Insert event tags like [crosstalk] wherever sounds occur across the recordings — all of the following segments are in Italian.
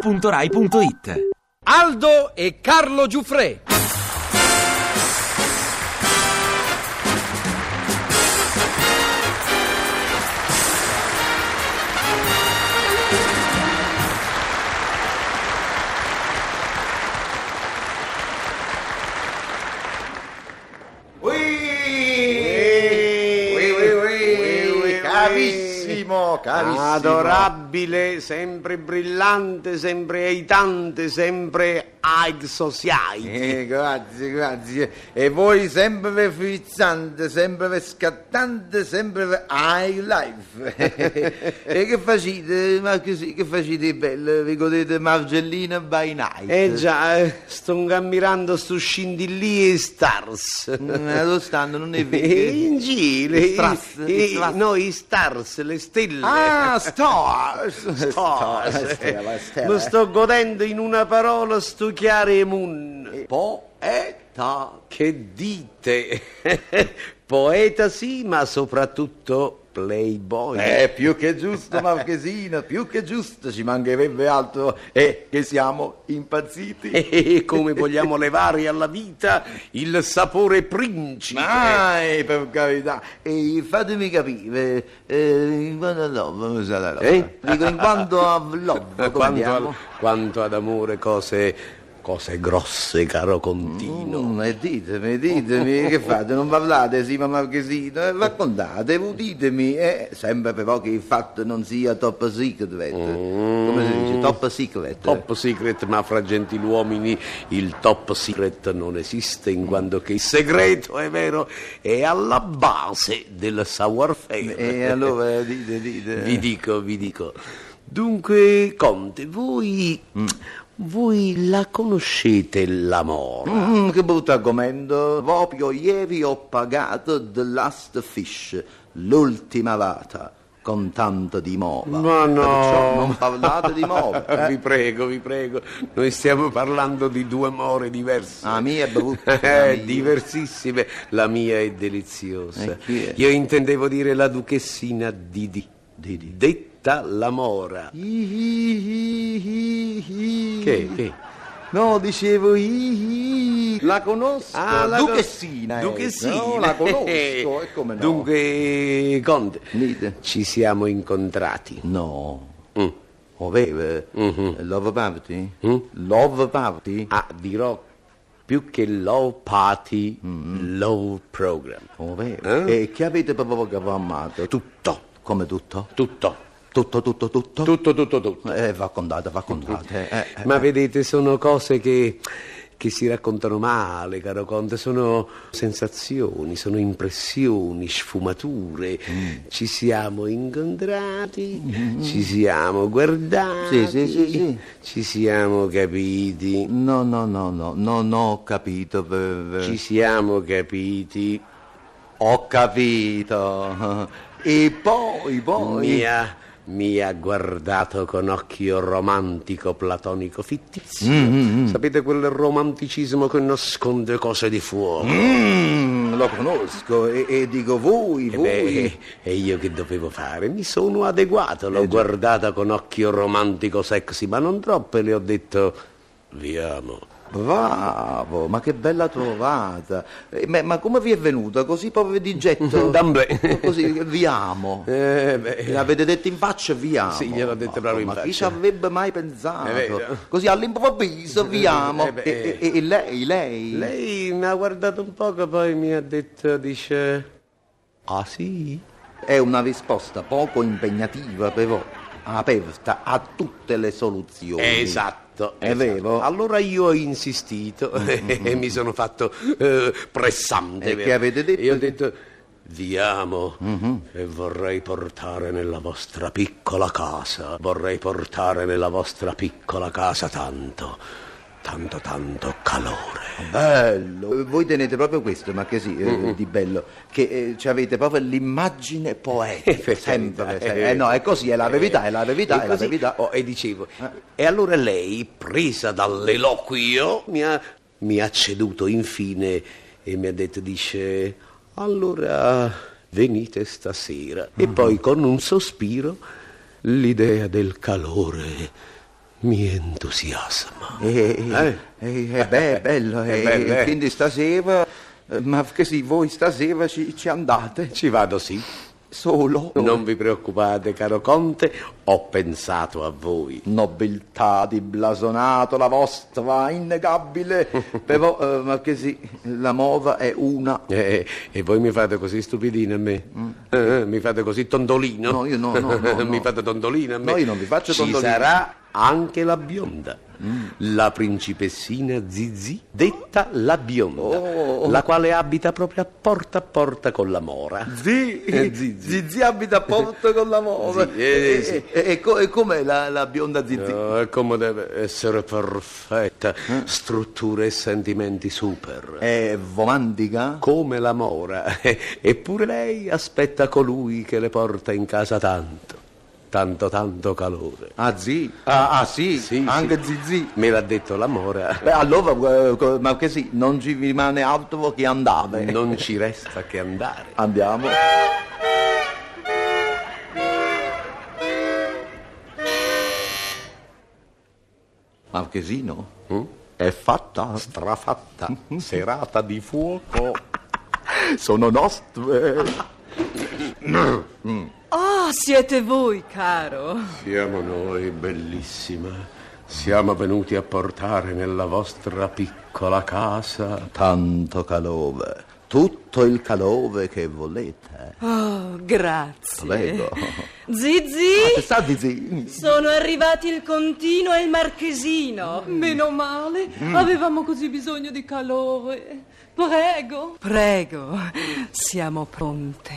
radio2pod.rai.it Aldo e Carlo Giuffre. Ui! Ui, ui, ui, ui. Carissimo, carissimo. Adorabile, sempre brillante, sempre eitante, sempre Aid Society. Eh, grazie, grazie. E voi sempre frizzante, sempre scattante, sempre high [laughs] life. e che facite, ma così, che facite di bello? Vi godete Margellina by night? Eh già, eh, sto camminando su scindillie e stars. Mm, lo stanno, non [laughs] è E vero. Eh, in giro, Le i- stras, i- le stras. no, i stars, le stelle. Ah, stars! [laughs] Stars. stella, stella. Lo sto godendo in una parola sto chiare moon. Eh, Poeta. Che dite? [laughs] Poeta sì, ma soprattutto playboy. Eh, più che giusto, Marchesino, più che giusto, ci mancherebbe altro. E che siamo impazziti. E come vogliamo levare alla vita il sapore principe. Mai, per carità. E fatemi capire, eh, in quanto al love, come sarà la roba? Eh? Dico, in quanto a [laughs] love, come quanto, andiamo? al- quanto ad amore, cose, cose grosse, caro Contino. Mm, eh, ditemi, ditemi, che fate? Non parlate, Sima Marchesino? Eh, raccontate, uditemi. Eh, sembra però che il fatto non sia top secret. Come si dice? Top secret. Mm. Top secret, ma fra gentiluomini il top secret non esiste, in quanto che il segreto, è vero, è alla base del savoir-faire. E allora dite, dite. [laughs] Vi dico, vi dico. Dunque, Conte, voi. voi la conoscete la mora? Mm, che brutto argomento. Proprio ieri ho pagato The Last Fish, l'ultima rata, con tanto di mova. Ma no. Perciò non parlate di mova. [laughs] vi [laughs] eh. prego, vi prego. Noi stiamo parlando di due more diverse. La mia Ah, è brutta. la [laughs] Eh, mia. diversissime. La mia è deliziosa. Eh, chi è? Io intendevo dire la duchessina Didi. Detta la mora. I, i, i, i, i. Che? che? No, dicevo i, i. La conosco. Ah, la duchessina. eh. Duchessina. Eh, No, la conosco. e come no? Dunque, Conte, Dite. ci siamo incontrati. No. Mm. Mm-hmm. Oveve. Love party? Love party? Ah, dirò più che low party, Mm-hmm. low program. Ovvero. Eh? E che avete programmato? Tutto. Come tutto? Tutto. Tutto, tutto, tutto? Tutto, tutto, tutto. Eh, raccontate, raccontate. Eh, eh. Ma vedete, sono cose che, che si raccontano male, caro Conte, sono sensazioni, sono impressioni, sfumature. Mm. Ci siamo incontrati, ci siamo Sì, guardati, sì, sì, sì. ci siamo capiti, No, no, no, no, no, no, ho capito. per- ci siamo capiti. Ho capito. E poi, poi... Mi ha, mi ha guardato con occhio romantico, platonico, fittizio. Mm, Sapete quel romanticismo che nasconde cose di fuoco? Mm, lo conosco e, e dico voi, E voi... beh, e io che dovevo fare? Mi sono adeguato, l'ho guardata con occhio romantico sexy, ma non troppo, e le ho detto, vi amo. Bravo, ma che bella trovata. Eh, ma, ma come vi è venuta? Così proprio di getto? [laughs] D'amblè. Così, vi amo. Eh, beh, L'avete detto in faccia vi amo. Sì, gliel'ho detto Ma- proprio in ma chi ci faccia. avrebbe mai pensato? È vero. Così [laughs] all'improvviso vi amo. Eh, beh, e, e- e lei, lei? lei mi ha guardato un poco, poi mi ha detto, dice... Ah sì? È una risposta poco impegnativa, però aperta a tutte le soluzioni. Esatto. È esatto. vero? Mm-hmm. Allora io ho insistito [laughs] e mi sono fatto eh, pressante. E che avete detto? Mm-hmm. Io ho detto, vi amo e vorrei portare nella vostra piccola casa, vorrei portare nella vostra piccola casa tanto, tanto, tanto calore. Bello. Eh, Voi tenete proprio questo, ma che sì, eh, di bello, che eh, ci avete proprio l'immagine poetica. [laughs] per sempre, carità, sempre. eh. Eh, no, è così, è la verità, è la verità, E è la così- verità. oh, e dicevo, e allora lei, presa dall'eloquio, mi ha, mi ha ceduto infine e mi ha detto, dice, allora venite Mm-hmm. stasera. E poi con un sospiro l'idea del calore mi entusiasma. Eh, eh, eh, beh, [laughs] è bello, eh, bello, eh. quindi stasera, eh, ma che sì, voi stasera ci, ci andate? Ci vado sì. Solo? Non vi preoccupate, caro Conte, ho pensato a voi. Nobiltà di blasonato la vostra, [laughs] innegabile, però, eh, ma che sì, la mova è una. Eh, e voi mi fate così stupidino a me? Eh, mi fate così tondolino? Mm. No, io no, no, [laughs] no, no. mi fate tondolino a me? No, io non vi faccio Mm. Ci tondolino. sarà anche la bionda. La principessina Zizi, detta la bionda, Oh. la quale abita proprio a porta a porta con la mora. Zì, Eh, zì, zì. Zizi abita a Porto con la mova. Zì, eh, E- sì. E, e co- e com'è la, la bionda Zizi? Oh, e come deve essere perfetta, Eh? strutture e sentimenti super. È romantica? Come la mora, [laughs] eppure lei aspetta colui che le porta in casa tanto, tanto, tanto calore. Ah, Zì? Ah, ah, sì, Sì, anche sì. Zizi. Me l'ha detto la mora, [laughs] Beh, allora, eh, co- ma che sì, non ci rimane altro che andare. non ci resta che andare. Andiamo. Marchesino? È fatta? Mm? [laughs] Strafatta, serata di fuoco. Sono nostre. Oh, siete voi, caro. Siamo noi, bellissima. Siamo venuti a portare nella vostra piccola casa Tanto calore. Tutto il calore che volete. Oh, grazie. Prego. Zizi, Sa di sì. sono arrivati il Contino e il Marchesino. Meno male, avevamo così bisogno di calore. Prego. Prego, siamo pronte.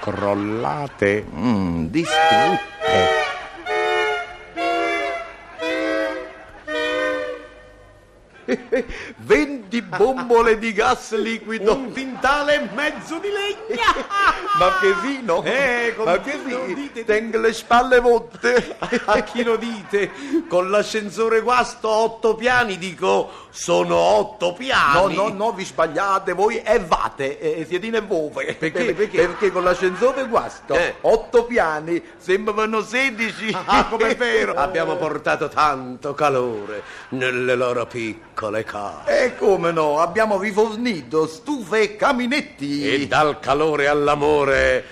crollate. Mm, [laughs] distrutte. Venti bombole di gas liquido. Uh. Un quintale e mezzo di [laughs] legna. Marchesino? Eh, con- non Marchesino, dite- tengo le spalle volte. [laughs] A chi lo dite? Con l'ascensore guasto a otto piani, dico, sono otto No, piani. no, no, vi sbagliate, voi evate, eh, siete in evove. Perché? Perché? Perché con l'ascensore guasto, Eh. otto piani, sembrano sedici. Ah, [laughs] com'è vero? Abbiamo portato tanto calore nelle loro piccole case. E come no, abbiamo rifornito stufe e caminetti. E dal calore all'amore,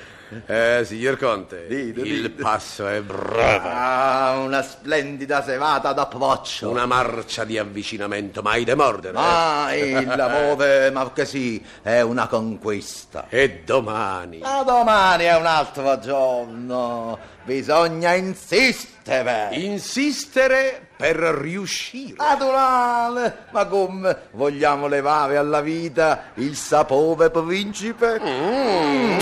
eh, signor Conte, Dite, il dite. passo è brava. Ah, una splendida serata d'approccio. Certo. Una marcia di avvicinamento mai da mordere. eh. Ah, il Eh. lavoro marchesì è una conquista. E domani. Ma domani è un altro giorno, bisogna insistere. Insistere per riuscire. Naturale! Ma come vogliamo levare alla vita il sapore principe?